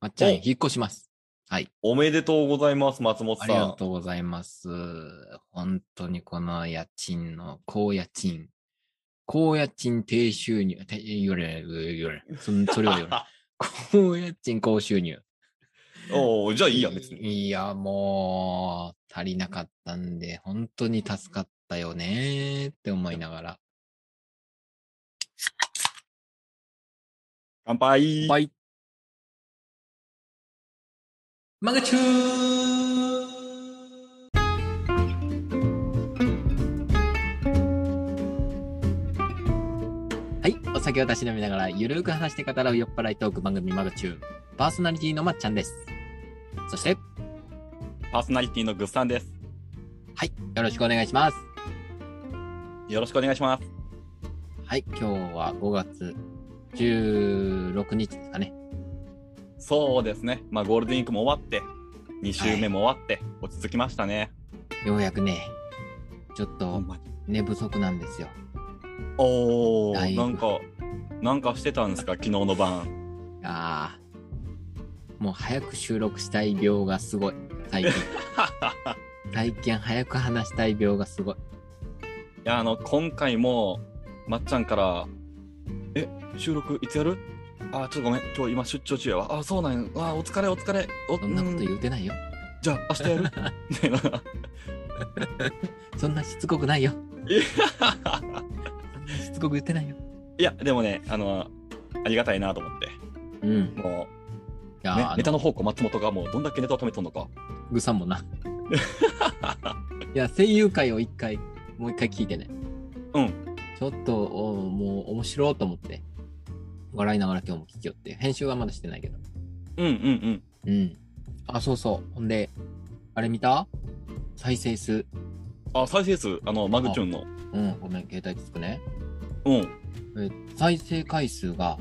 まっちゃん、お引っ越します。はい。おめでとうございます、松本あさん。りがとうございます。本当にこの家賃の、高家賃。高家賃低収入。て言われる、言われる。そ んそれは言われる。高家賃高収入。おうじゃあいいや、別に。いや、もう、足りなかったんで、本当に助かったよねーって思いながら。乾杯。バイ。マガチューはい。お酒を出し飲みながら、ゆるく話して語らう酔っ払いトーク番組マガチュー。パーソナリティのまっちゃんです。そして、パーソナリティのぐっさんです。はい。よろしくお願いします。よろしくお願いします。はい。今日は5月16日ですかね。そうですね。まあ、ゴールデンウィークも終わって、2週目も終わって、落ち着きましたね。ようやくね、ちょっほとんまに寝不足なんですよ。おだいー、ぶなんか、なんかしてたんですか、昨日の晩。 ああ。もう早く収録したい病がすごい。 最近。最近早く話したい病がすごい。いや、あの、今回も、まっちゃんから、え、収録いつやるあ、ちょっとごめん、今日今出張中やわ。あ、そうなんや。あ、お疲れ、お疲れ。おそんなことう言うてないよ。じゃあ、明日やる みた いな。そんなしつこくないよ。いやそんなしつこく言ってないよ。いや、でもね、あの、ありがたいなと思って。うん。いもやう、ー、ねあ、ネタの、の方向、松本がもうどんだけネタを止めとんのか。ぐさんもな。いや、声優界を一回、もう一回聞いてね。うん。ちょっと、おもう面白いと思って。笑いながら今日も聞きよって。編集はまだしてないけど。うんうんううん。ん。あ、そうそう。ほんで、あれ見た再生数。あ、再生数、あの、マグチューンの。うん、ごめん、携帯つくね。うん。え再生回数が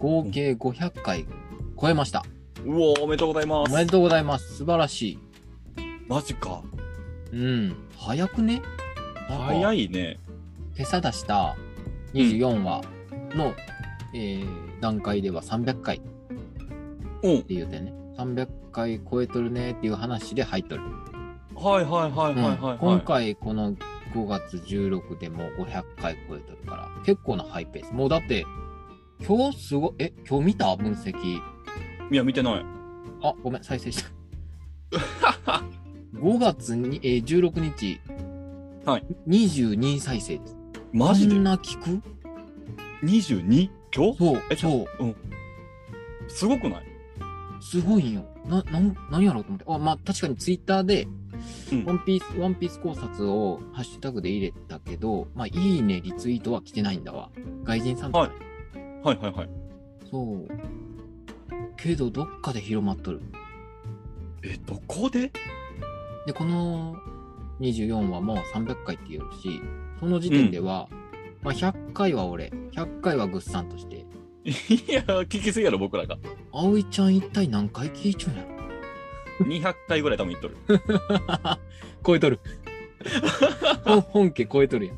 合計500回超えました。うおー、おめでとうございまおめす。でとうございます。素晴らしい。マジか。うん、早くね早い。いね。今朝出した24話の、えー段階では300回ってうん。言うてね。300回超えとるねっていう話で入っとる。はいはいはいはいはい、はいうん今回この5月16でもう500回超えてるから結構なハイペースもうだって今日すごいえ今日見た分析いや、見てない。あごめん再生した 5月に、えー16日、はい、 22再生ですマジそんでな聞く ?22? 今日そうえちょそうすごくないすごいんよななんなんやろうと思ってあまあ確かにツイッターでうんワンピース、ワンピース考察をハッシュタグで入れたけど、まあ、いいね、リツイートは来てないんだわ。外人さんとかね、はいはいはいはい。そう。けど、どっかで広まっとる。え、どこでで、この24話も300回って言うし、その時点では、まあ、100回は俺、100回はぐっさんとして、 いや、聞きすぎやろ、僕らが。葵ちゃん一体何回聞いちゃうんやろ200回ぐらい多分言っとる。 超えとる。 本本家超えとるやん。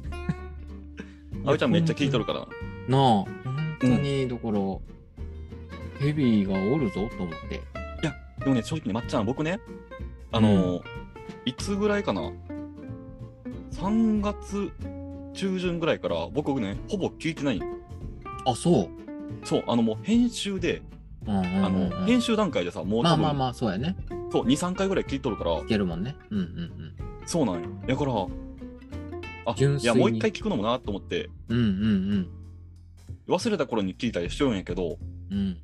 あおちゃんめっちゃ聞いとるからな。なあ、本当に、だから、ヘビーがおるぞと思って。でもね、正直ね、まっちゃん、僕ね、あのーいつぐらいかな、3月中旬ぐらいから、僕ね、ほぼ聞いてない。あ、そう。そう、あのもう編集で、うんうんうんうんあの、編集段階でさ、もうま多あ分、まあまあ、そうやね。そう、2、3回ぐらい聞いとるからい、けるもんね。うんうんうん。そうなんよ。だから、あ、純い粋や、にもう一回聞くのもなと思って、うんうん忘れた頃に聞いたりしようんやけど、っうん。うん。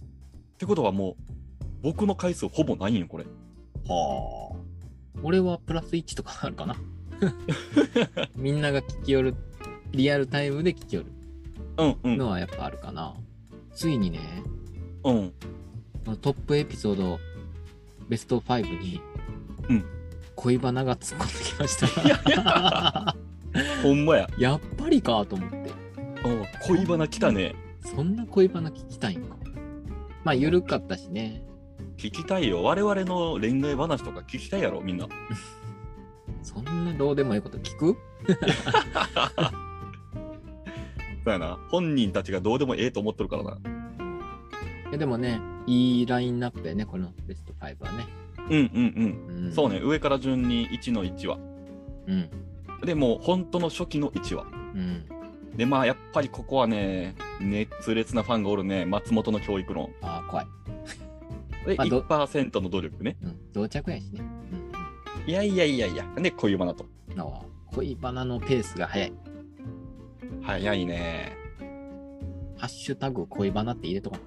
てことはもう、僕の回数ほぼないんよ、これ。はあ。俺はプラス1とかあるか な。みんなが聞きよる、リアルタイムで聞きよるうん、うん、のはやっぱあるかな。ついにね、うん。このトップエピソード、ベスト5に、うん恋バナが突っ込んできました。いやいや、ほんまや。 やっぱりかと思って。うん恋バナ来たね。そんな恋バナ聞きたいんか。まあ、緩かったしね。聞きたいよ。我々の恋愛話とか聞きたいやろ、みんな。そんなどうでもいいこと聞くそうやな。本人たちがどうでもええと思っとるからな。いやでもね、いいラインナップやね、このベスト5はね。うんうんううんん、そうね。上から順に1の1話うん。でもう本当の初期の1話うん。でまあやっぱりここはね熱烈なファンがおるね松本の教育論ああ、怖い。でまあど1%の努力ねうん。同着やしね。うん。いやいやいやいやで恋バナとなあ、恋バナのペースが早い。早いねハッシュタグ恋バナって入れとか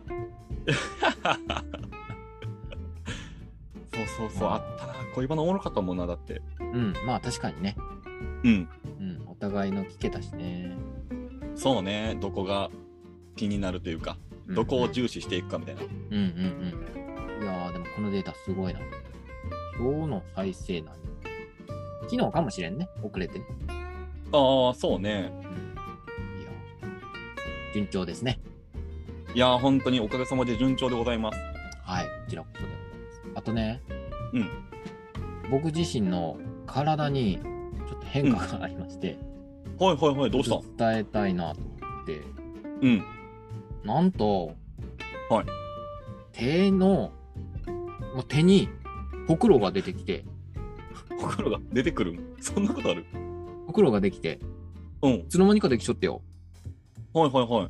そうそうそうあったな恋バナおもろかったもんなだってな。うん。まあ確かにね。うんうん。お互いの聞けたしね。そうねどこが気になるというかうんどこを重視していくかみたいなうんうんうん。いやー、でもこのデータすごいな。今日の再生なん昨日かもしれんね。遅れてね。ああそうねいやー順調ですね。いやー本当におかげさまで順調でございますはい。こちらこそでございます。あとね、うん。僕自身の体にちょっと変化がありまして、はいはいはいどうしたちょっと伝えたいなと思って、うんなんと、はい。手の、もう手に、ほくろが出てきて、ほくろが出てくるそんなことあるほくろができて、うんいつの間にかできちゃってよ。はいはいはい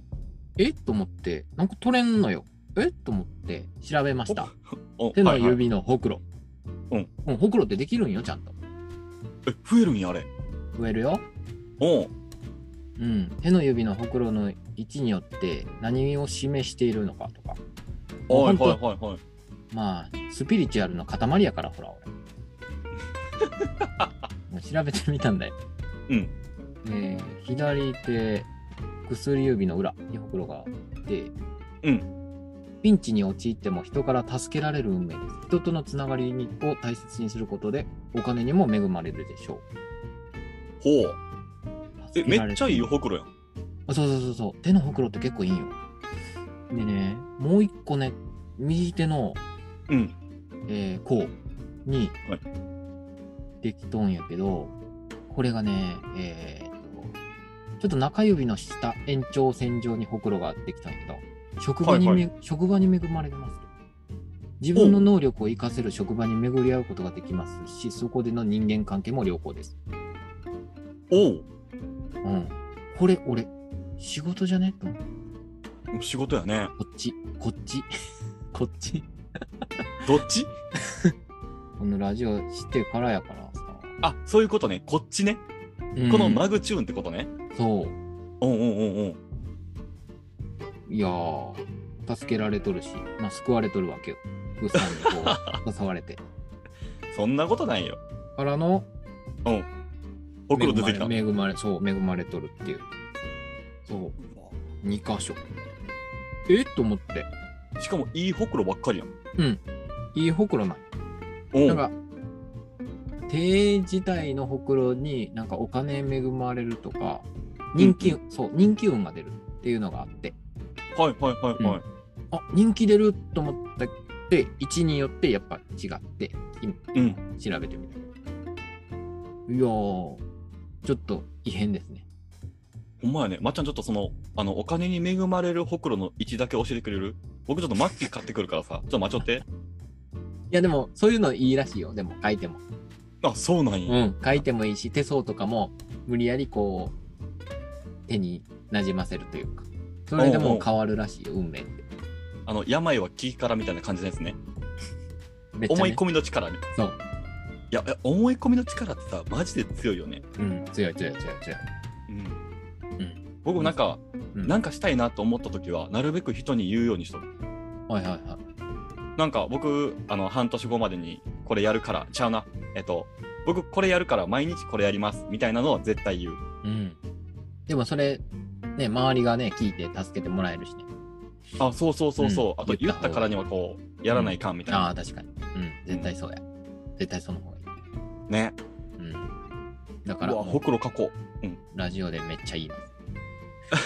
えと思って、なんか取れんのよ。えと思って調べました。お手のはいはい指のほくろ。うん。うん、ほくろってできるんよ、ちゃんと。え増えるんやあれ増えるよ。おううん。手の指のほくろの位置によって何を示しているのかとか。はい本はい当はいはいまあ、スピリチュアルの塊やから、 ほら、俺。もう調べてみたんだよ。うん。えー左手、薬指の裏にほくろがあって、うん。ピンチに陥っても人から助けられる運命です。人とのつながりにを大切にすることで、お金にも恵まれるでしょう。ほうえ助めけられっちゃいいよほくろやんあそうそうそうそう。手のほくろって結構いいんよ。でね、もう一個ね、右手の、うんえー、こうにはいできとんやけど、これがね、えーっと、ちょっと中指の下、延長線上にほくろができたんやけど、職場にめ、はい職場に恵まれてます。自分の能力を活かせる職場に巡り合うことができますし、そこでの人間関係も良好です。おううん。これ、俺、仕事じゃねと思って仕事やねこっち、こっち、こっち。どっち このラジオしてからやからさ。あそういうことねこっちねうんこのマグチューンってことねそう。うんうんうんうんいやー、助けられとるし、まあ、救われとるわけよ。グッさんにこ う、誘われて。そんなことないよからの、ほくろ出てきた恵まれ恵まれ、そう、恵まれとるっていう。そう、2箇所。えと思って。しかもいいほくろばっかりやんうん。いいほくろない。おなんうか、手自体のほくろになんかお金恵まれるとか、人気、そう、人気運が出るっていうのがあって、はいはいはいはい、あ、人気出ると思ったって、位置によってやっぱ違って、今うん調べてみた。いやー、ちょっと異変ですね。ほんまやね。まっちゃん、ちょっとその、あの、お金に恵まれるほくろの位置だけ教えてくれる僕、ちょっとマッキー買ってくるからさ、ちょっと待ちょっいて。や、でも、そういうのいいらしいよ。でも、書いても。 あ、そうなんや。うん、書いてもいいし、手相とかも、無理やりこう、手になじませるというか。それでおうおもう変わるらしいよ、運命って。あの、病は気からみたいな感じのやつね。めっちゃ、ね、思い込みの力ね。そう。いや、いや思い込みの力ってさ、マジで強いよね。うん、強い強い強い強い。うん。う僕もなんか、うんなんかしたいなと思った時は、なるべく人に言うようにしとる。はいはいはい。なんか、僕、あの、半年後までにこれやるから、ちゃうな。えっと、僕これやるから毎日これやります。みたいなのは絶対言う。うん。でもそれ、ね、周りがね、聞いて助けてもらえるしね。あ、そうそうそうそう。うんあと、言ったからにはこう、やらないかんみたいな。ああ、確かに。うん、絶対そうや。絶対その方がいい。ね。うん。だうから、わ、ほくろ書こラジオでめっちゃいい な。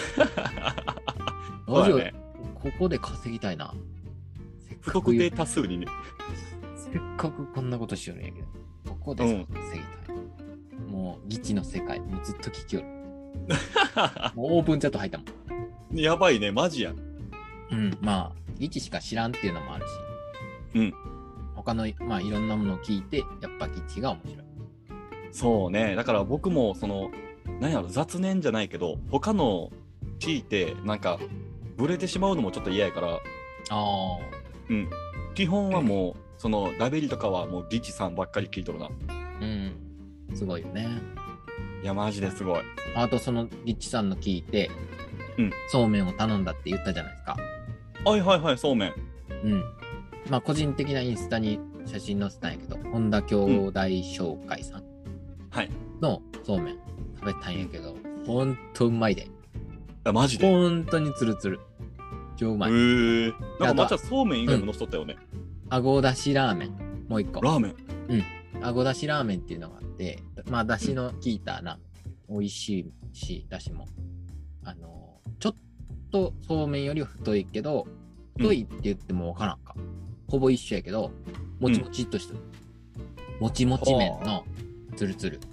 ラジう。そオ、うだね。ここで稼ぎたいな。せっ不かく特言定う多数にね。せっかくこんなことしよるんやけど、ここで稼ぎたい。もう、議地の世界、もうずっと聞きよ る。もうオープンチャット入ったもん。やばいね、マジやん。うん、まあ、位置しか知らんっていうのもあるし、うん他の、まあ、いろんなものを聞いて、やっぱ基地が面白い。そうねだから僕もその何やろ雑念じゃないけど他の聞いてなんかブレてしまうのもちょっと嫌やからあ基本はもうそのラベリとかはもうリチさんばっかり聞いとるなあ、うん。すごいよね。いやマジですごいあと、その、リッチさんの聞いて、うんそうめんを頼んだって言ったじゃないですか。はいはいはいそうめんうん。まあ、個人的なインスタに写真載せたんやけど、本田兄弟紹介さんはいのそうめん食べたんやけど、ほんとうまいで。あマジでほんとにツルツル。超うまい。へえなんかまあとちはゃんそうめん以外ものしとったよね、あごだしラーメン。もう一個。ラーメンあごだしラーメンっていうのがあって、まあ、だしの効いたな、美味しいし、だしも。あの、ちょっとそうめんよりは太いけど、太いって言ってもわからんか。ほぼ一緒やけど、もちもちっとしてる。もちもち麺のツルツル。だ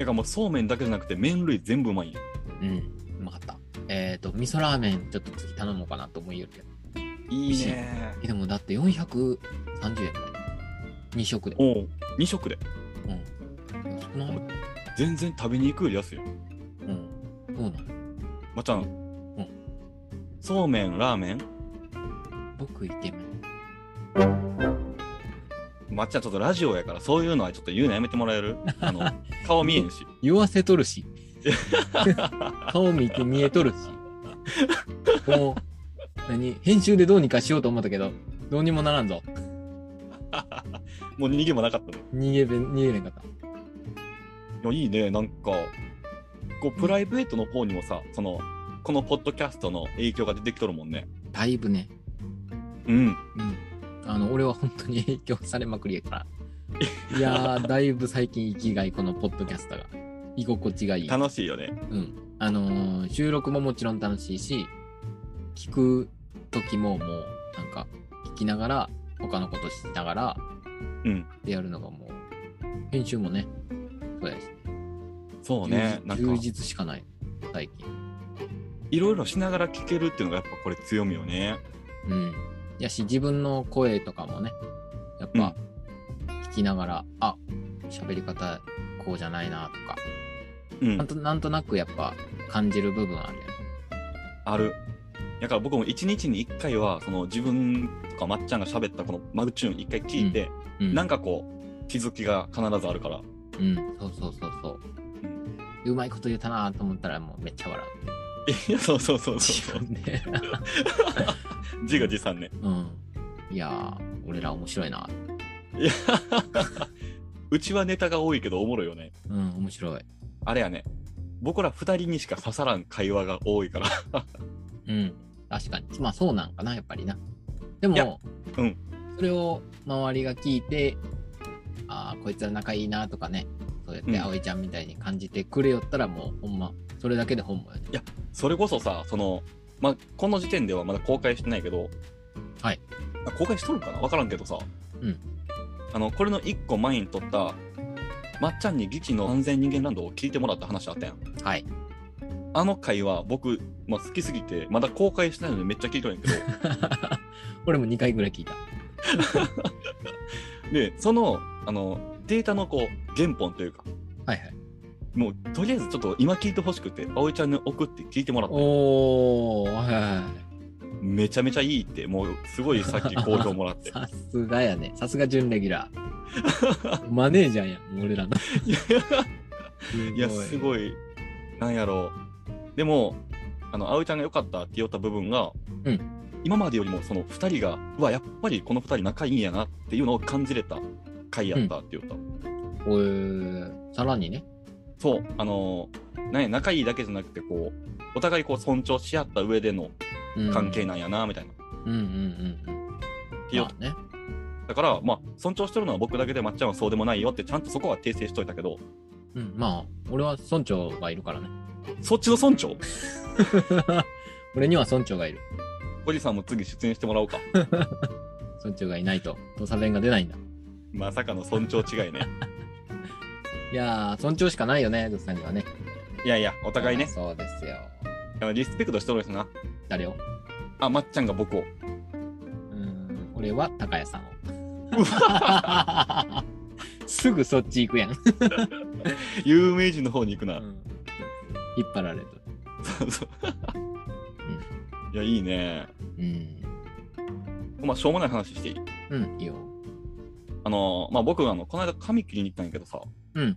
からもうそうめんだけじゃなくて麺類全部うまいんやうん、うまかった。えっ、と、味噌ラーメンちょっと次頼もうかなと思いよるけど。いいねえでもだって430円だよ。2食で。おお2食でうん。安くない全然食べに行くより安いようん。そうなの。まっちゃん、んそうめんラーメン僕イケメン。まっちゃんちょっとラジオやからそういうのはちょっと言うのやめてもら えるあの顔見えんし言わせとる し。顔見て見えとるし。もう、何編集でどうにかしようと思ったけど、どうにもならんぞ。もう逃げもなかったね逃げべ、逃げれんかった。いやいいねなんかこうプライベートの方にもさそのこのポッドキャストの影響が出てきとるもんねだいぶね。うんうん。あの、俺は本当に影響されまくりや から。いやー、だいぶ最近生きがい、このポッドキャストが。居心地がいい。楽しいよねうん。あのー収録ももちろん楽しいし、聞く時ももう、なんか、聞きながら、他のことしながら、うんでやるのがもう、編集もね、そうやし、そうね充な実充んか実しかない、最近。いろいろしながら聞けるっていうのがやっぱこれ強みよねうん。やし、自分の声とかもね、やっぱ、聞きながら、あ、喋り方、こうじゃないな、とか、うなんんと、なんとなくやっぱ、感じる部分あるよね。あるだから僕も1日に1回はその自分とかまっちゃんが喋ったこのマグチューン1回聞いて、うん。なんかこう気づきが必ずあるからうん、そうそうそうそう。うまいこと言えたなと思ったらもうめっちゃ笑う。 いやそうそうそうそう分で。自画自賛ね うん。いやー、俺ら面白いな。いや うちはネタが多いけどおもろいよねうん、面白い。あれやね僕ら2人にしか刺さらん会話が多いから うん。確かに。まあそうなんかな、やっぱりな。でいやも、うんそれを周りが聞いて、ああ、こいつら仲いいなとかね、そうやっうんて葵ちゃんみたいに感じてくれよったらもう、ほんま、それだけでほんまやね。それこそさそのまあこの時点ではまだ公開してないけどはいあ公開しとるかな分からんけどさ、うんあのこれの1個前に撮ったまっちゃんに劇の安全人間ランドを聞いてもらった話あったやんはい。あの回は僕、まあ、好きすぎてまだ公開してないのでめっちゃ聞いとるんやけど 俺も2回ぐらい聞いた。でそのあのデータのこう原本というかはいはい。もうとりあえずちょっと今聞いてほしくて葵ちゃんに送って聞いてもらっておー、はいはいはい。めちゃめちゃいいってもうすごいさっき好評もらってさ すがやね。さすが準レギュラ ー。マネージャーやん、俺らの。いやいやすい。ごいなんやろうでもあの葵ちゃんが良かったって言った部分が、うん今までよりもその2人がうわやっぱりこの2人仲いいんやなっていうのを感じれた回やったって言った、えーさらにね。そう、あのーなんや仲いいだけじゃなくて、こう、お互いこう尊重し合った上でのうん関係なんやな、みたいな。うんうんうんうん。いやまあね。だから、まあ、尊重してるのは僕だけで、まっちゃんはそうでもないよって、ちゃんとそこは訂正しといたけど、うん、まあ、俺は村長がいるからね。 そっちの村長、俺には村長がいる。おじさんも次出演してもらおうか。村長がいないと、土佐弁が出ないんだ。まさかの村長違いね。いやー、村長しかないよね、土佐にはね。いやいや、お互いね、そうですよ。あのリスペクトしとるしな。誰をあ、まっちゃんが僕あを。俺は高谷さんを。 すぐそっち行くやん。有名人の方に行くな。引っ張られる。そうそういや、いいね。うん。まあ、しょうもない話していい。うん、いいよ。あのー、まあ、僕、あの、この間、髪切りに行ったんやけどさ。うん。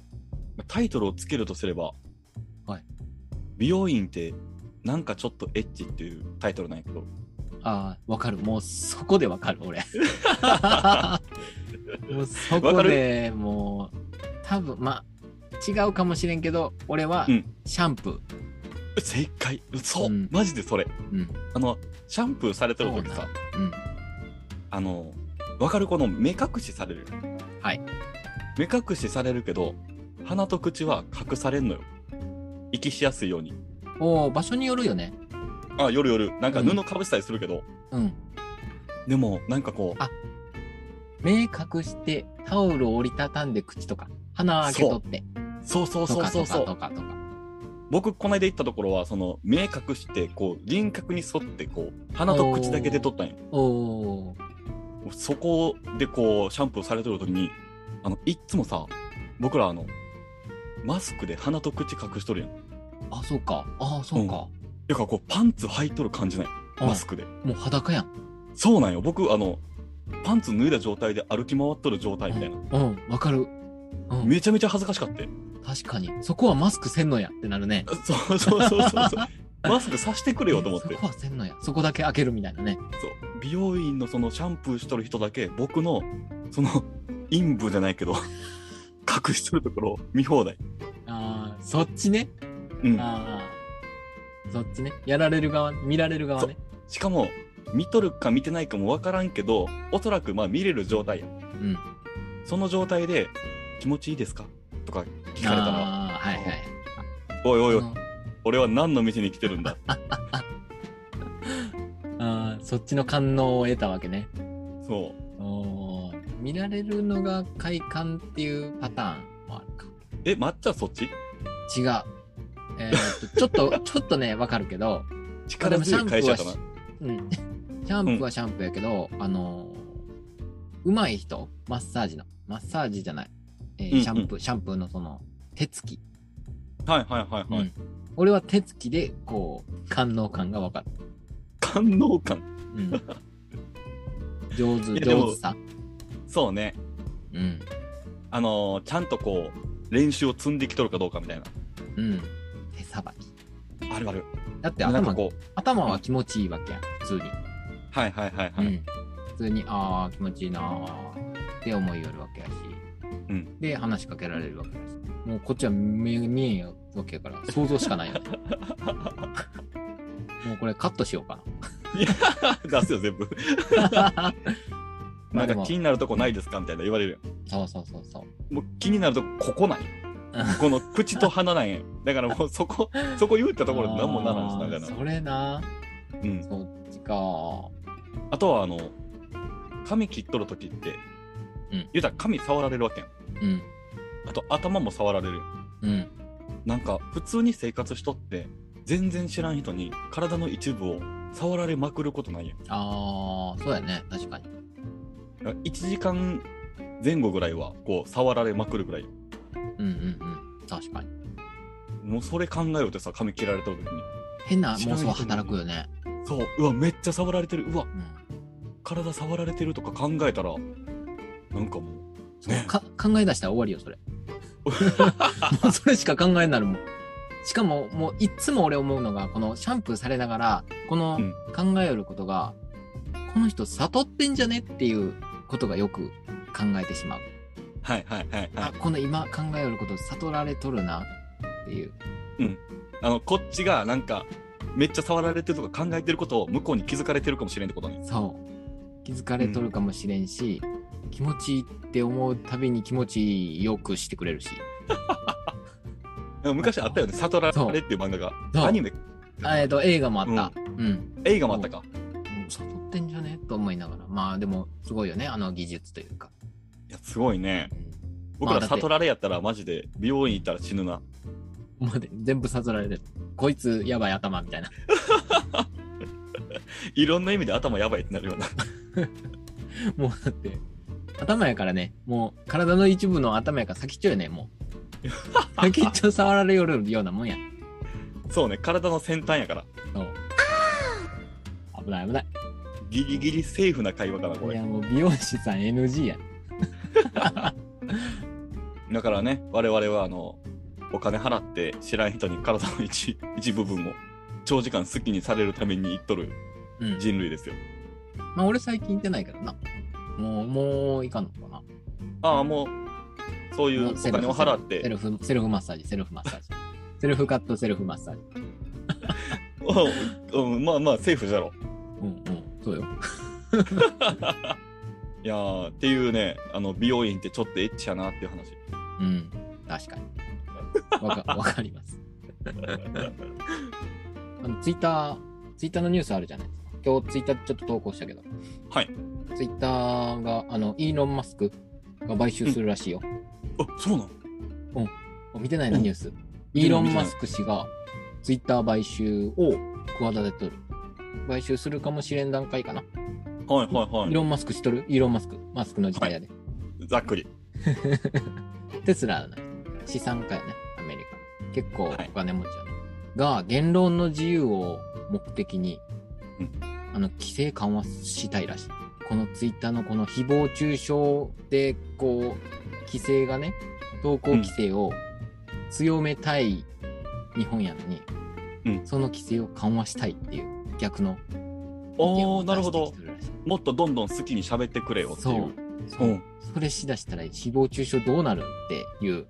タイトルをつけるとすれば、はい。美容院って、なんかちょっとエッチっていうタイトルなんやけど、ああ、わかる。もうそこでわかる、 俺。もうそわこかでもう、多分まあ、違うかもしれんけど、俺はうんシャンプー。正解そう、うんマジでそれ。うん。あの、シャンプーされてる時そうさな、うん。あの、わかるこの目隠しされる。はい。目隠しされるけど、鼻と口は隠されんのよ。息しやすいように。おお場所によるよね。あ、夜夜、なんかうん布かぶしたりするけど、うん。でも、なんかこうあ、目隠して、タオルを折りたたんで口とか、鼻開けとって、そうそうとそうかそとうそかう。とかとか。僕、この間行ったところは、その、目隠して、こう、輪郭に沿って、こう、鼻と口だけで撮ったんよ。おおそこで、こう、シャンプーされてる時に、あの、いっつもさ、僕ら、あの、マスクで鼻と口隠しとるやん。あ、そうか。ああ、そうか。てか、こう、パンツ履いとる感じない。うんマスクで。もう裸やん。そうなんよ。僕、あの、パンツ脱いだ状態で歩き回っとる状態みたいな。うん、わかる。うん、めちゃめちゃ恥ずかしかったよ。確かに。そこはマスクせんのやってなるね。そうそうそ うそうそう。マスクさしてくれよと思ってそ。こはせんのや。そこだけ開けるみたいなね。そう美容院のそのシャンプーしとる人だけ僕のその陰部じゃないけど隠しとるところを見放題ああ、そっちね。うんああ。そっちね。やられる側、見られる側ね。しかも見とるか見てないかもわからんけどおそらくまあ見れる状態やうん。その状態で「気持ちいいですか?」とか聞かれたらああ、はいはい。 「おいおいおい俺は何の店に来てるんだああ、そっちの感応を得たわけね。」そおー見られるのが快感っていうパターンもあるか。うえ抹茶そっち違う。えーっと、ちょっと、ちょっとね、わかるけど、力強い会社だなでうん。シャンプーはシャンプーやけど、あのー、うまい人、マッサージの、マッサージじゃない、えーうんうんシャンプー、シャンプーのその、手つき。はいはいはいはい、うん俺は手つきで、こう、感能感がわかる。官能感 うん。上手、いやでも上手さ。そうねうん。あのーちゃんとこう練習を積んできとるかどうかみたいなうん。手さばき。あるあるだってなんか頭、こう頭は気持ちいいわけやん、普通に。はいはいはいはい。うん、普通にああ気持ちいいなーって思いよるわけやし、うんで話しかけられるわけやしもうこっちは見見えんわけやから想像しかないよ ねもうこれカットしようか出すよ、 全部。なまなあんでかも気になるとこないですかみたいな言われるよ。そうそうそうそうもう気になるとこここない。この口と鼻なんや。だからもうそ こ、そこ言ったところで何もならんしなあがーら。それなうん。そっちかあとはあの、髪切っとるときって、うん言うたら髪触られるわけやん。うんあと頭も触られるやん。うんなんか普通に生活しとって、全然知らん人に体の一部を触られまくることないやん。ああそうやね確かにだから1時間前後ぐらいは、こう、触られまくるぐらい。うんうんうん確かにもうそれ考えようってさ、髪切られた時に。変な妄想働くよね、そう、うわ、めっちゃ触られてる。ううわ、ん、体触られてるとか考えたら、なんかもう、ね、か考え出したら終わりよ それもうそれしか考えになるもんしかももういっつも俺思うのがこのシャンプーされながらこのうん考えることが、この人悟ってんじゃねっていうことがよく考えてしまう、はいはいはいはあい。この今考えること悟られとるなっていうあの、こっちがなんか、めっちゃ触られてるとか考えてることを向こうに気づかれてるかもしれんってことね。そう気づかれとるかもしれんし、気持ちいいって思うたびに気持ちよくしてくれるしでも昔あったよね、悟られっていう漫画が。そうアニメ、あえっと映画もあった、うん、映画もあったか。もう悟ってんじゃねと思いながらまあでもすごいよねあの技術というか、いや、すごいね。うん僕まあらだって悟られやったらマジで、美容院行ったら死ぬな。まあで全部悟られてるこいつやばい頭みたいないろんな意味で頭やばいってなるような。もうだって、頭やからね、もう体の一部の頭やから先っちょやね、もう。 先っちょ触られよるようなもんや。 そうね、体の先端やから。そう。危ない危ない。ギリギリセーフな会話かな、いこれや。もう美容師さん NG や。だからね、我々はあの、お金払って知らん人に体の一 一部分を長時間好きにされるために行っとるうん。人類ですよ。まあ俺最近行ってないけどな。もう、もういかんのかな。ああ、もう、そういうもおうセル金フを払っセて、ルフ、セルフマッサージ、セルフマッサージ。セルフカット、セルフマッサージ。お うん、まあまあ、セーフじゃろ。うんうん。そうよ。いやー、っていうね、あの、美容院ってちょっとエッチやなっていう話。うん。確かに。わ か、わかります。あのツイッター、ツイッターのニュースあるじゃないですか。今日ツイッターちょっと投稿したけど。はい。ツイッターが、あの、イーロン・マスクが買収するらしいよ。あ、そうなの見てないのうんニュース。見イてーなロいン・マスク氏がツイッター買収を企てとる。買収するかもしれん段階かな。はイいはいーはロン・マスクしとるイーロン・マスク。マスクの時代やで。い。ざっくり。テスラの資産家やね、アメリカの。結構はいお金持ちやね。が、言論の自由を目的に、うんあの、規制緩和したいらしい。このツイッターのこの誹謗中傷で、こう、規制がね、投稿規制を強めたい日本やのに、うんその規制を緩和したいっていう逆の意見おをおな出しるほてきどて。るらしい。もっとどんどん好きに喋ってくれよってそいうう。。そううんそれしだしたら誹謗中傷どうなるっていう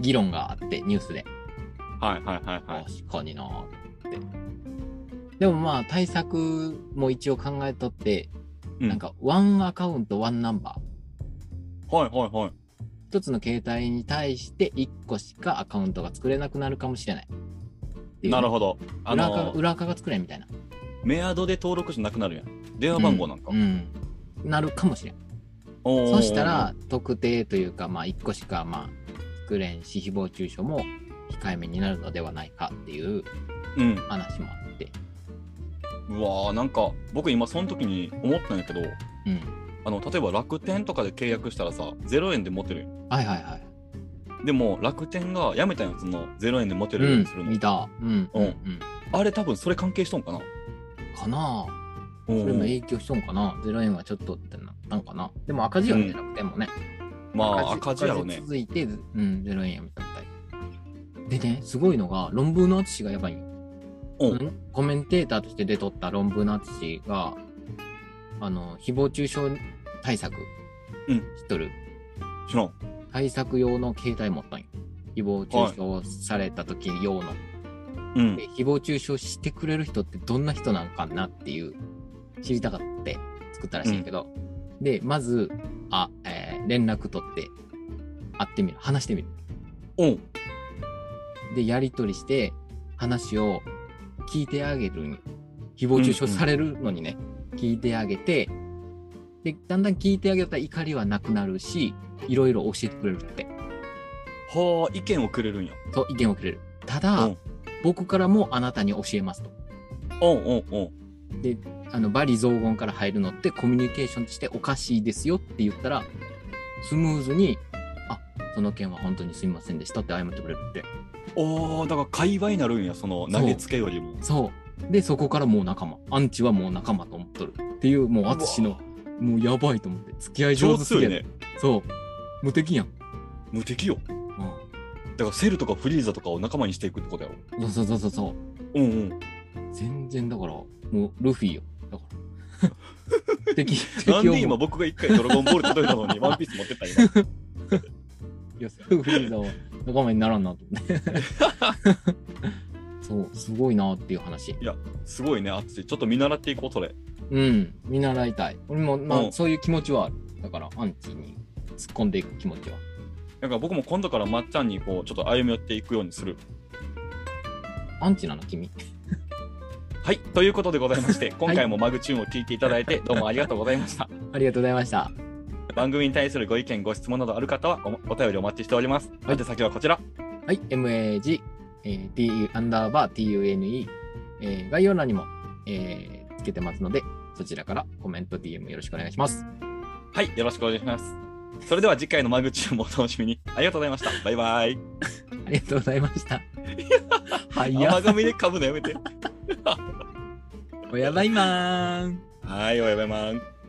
議論があって、ニュースで。はいはいはいはい。確かになーって。でもまあ対策も一応考えとって、うんなんかワンアカウントワンナンバー。はいはいはい。一つの携帯に対して一個しかアカウントが作れなくなるかもしれない。っていうねなるほど。あ裏垢がの、裏垢が作れんみたいな。メアドで登録じゃなくなるやん。電話番号なんか。うん。なるかもしれん。おーそした、ら、特定というか、まあ、一個しか、まあ、作れんし、誹謗中傷も控えめになるのではないかっていううん。話もあって。うわーなんか、僕今その時に思ったんやけど、うん。あの、例えば楽天とかで契約したらさ、0円で持てるやはいはいはい。んでも、楽天がやめたやつの0円で持てるようにするうん、の。見た。うん。うんうん。あれ多分それ関係しとんかな。かなあうんそれも影響しとんかな ?0 円はちょっとってなったんかなでも赤字はね、うん楽天もね。まあ、赤字やろね赤。字続いて、うん、0円やめたったり。でね、すごいのが、論文の淳がやばいんよ。うんコメンテーターとして出とった論文の淳が、あの、誹謗中傷対策、うんしとる。知らん。対策用の携帯持ったんよ。誹謗中傷された時用の。うんで。誹謗中傷してくれる人ってどんな人なのかなっていう知りたかって作ったらしいんやけど、でまずあ、えー連絡取って会ってみる話してみるうん。でやり取りして話を聞いてあげるに誹謗中傷されるのにね、聞いてあげてでだんだん聞いてあげたら怒りはなくなるしいろいろ教えてくれるってはあ、意見をくれるんや。と意見をくれるただ、うん僕からもあなたに教えますとうんうんうん。あの、バリ雑言から入るのってコミュニケーションとしておかしいですよって言ったら、スムーズに、あ、その件は本当にすみませんでしたって謝ってくれるって。おー、だから会話になるんや、その投げつけよりも。そう。で、そこからもう仲間。アンチはもう仲間と思っとる。っていう、もう、うわ淳の、もうやばいと思って。付き合い上上手手すぎよる、ね。そう。無敵やん。う無敵よ。ん。だからセルとかフリーザとかを仲間にしていくってことやろ。そうそうそうそうそう。うんうん。全然だから、もう、ルフィよ。だ から。敵、敵なんでも今う僕が一回ドラゴンボール届いたのに ワンピース持ってった今。いや、フリーザは仲間にならんなと思って。 そう、すごいなっていう話。すごいね、あっち。ちょっと見習っていこう、それ。うん、見習いたい。俺も、まうあ、んそういう気持ちはある。だから、アンチに突っ込んでいく気持ちは。だから僕も今度からまっちゃんにこう、ちょっと歩み寄っていくようにする。アンチなの、君。はい。ということでございまして、今回もマグチューンを聞いていただいて、どうもありがとうござい ました。ありがとうございました。番組に対するご意見、ご質問などある方はおお便りお待ちしております。はい宛先はこちら。はい、MAG、えー、TU、アンダーバー TUNE、えー概要欄にも、えーつけてますので、そちらからコメント、DM よろしくお願いします。はい、よろしくお願いします。それでは次回の間口をもお楽しみに。ありがとうございました。バイバイ。ありがとうございました。 はいや、甘噛みで噛むのやめて。おやばいまーん。はい、おやばいまん。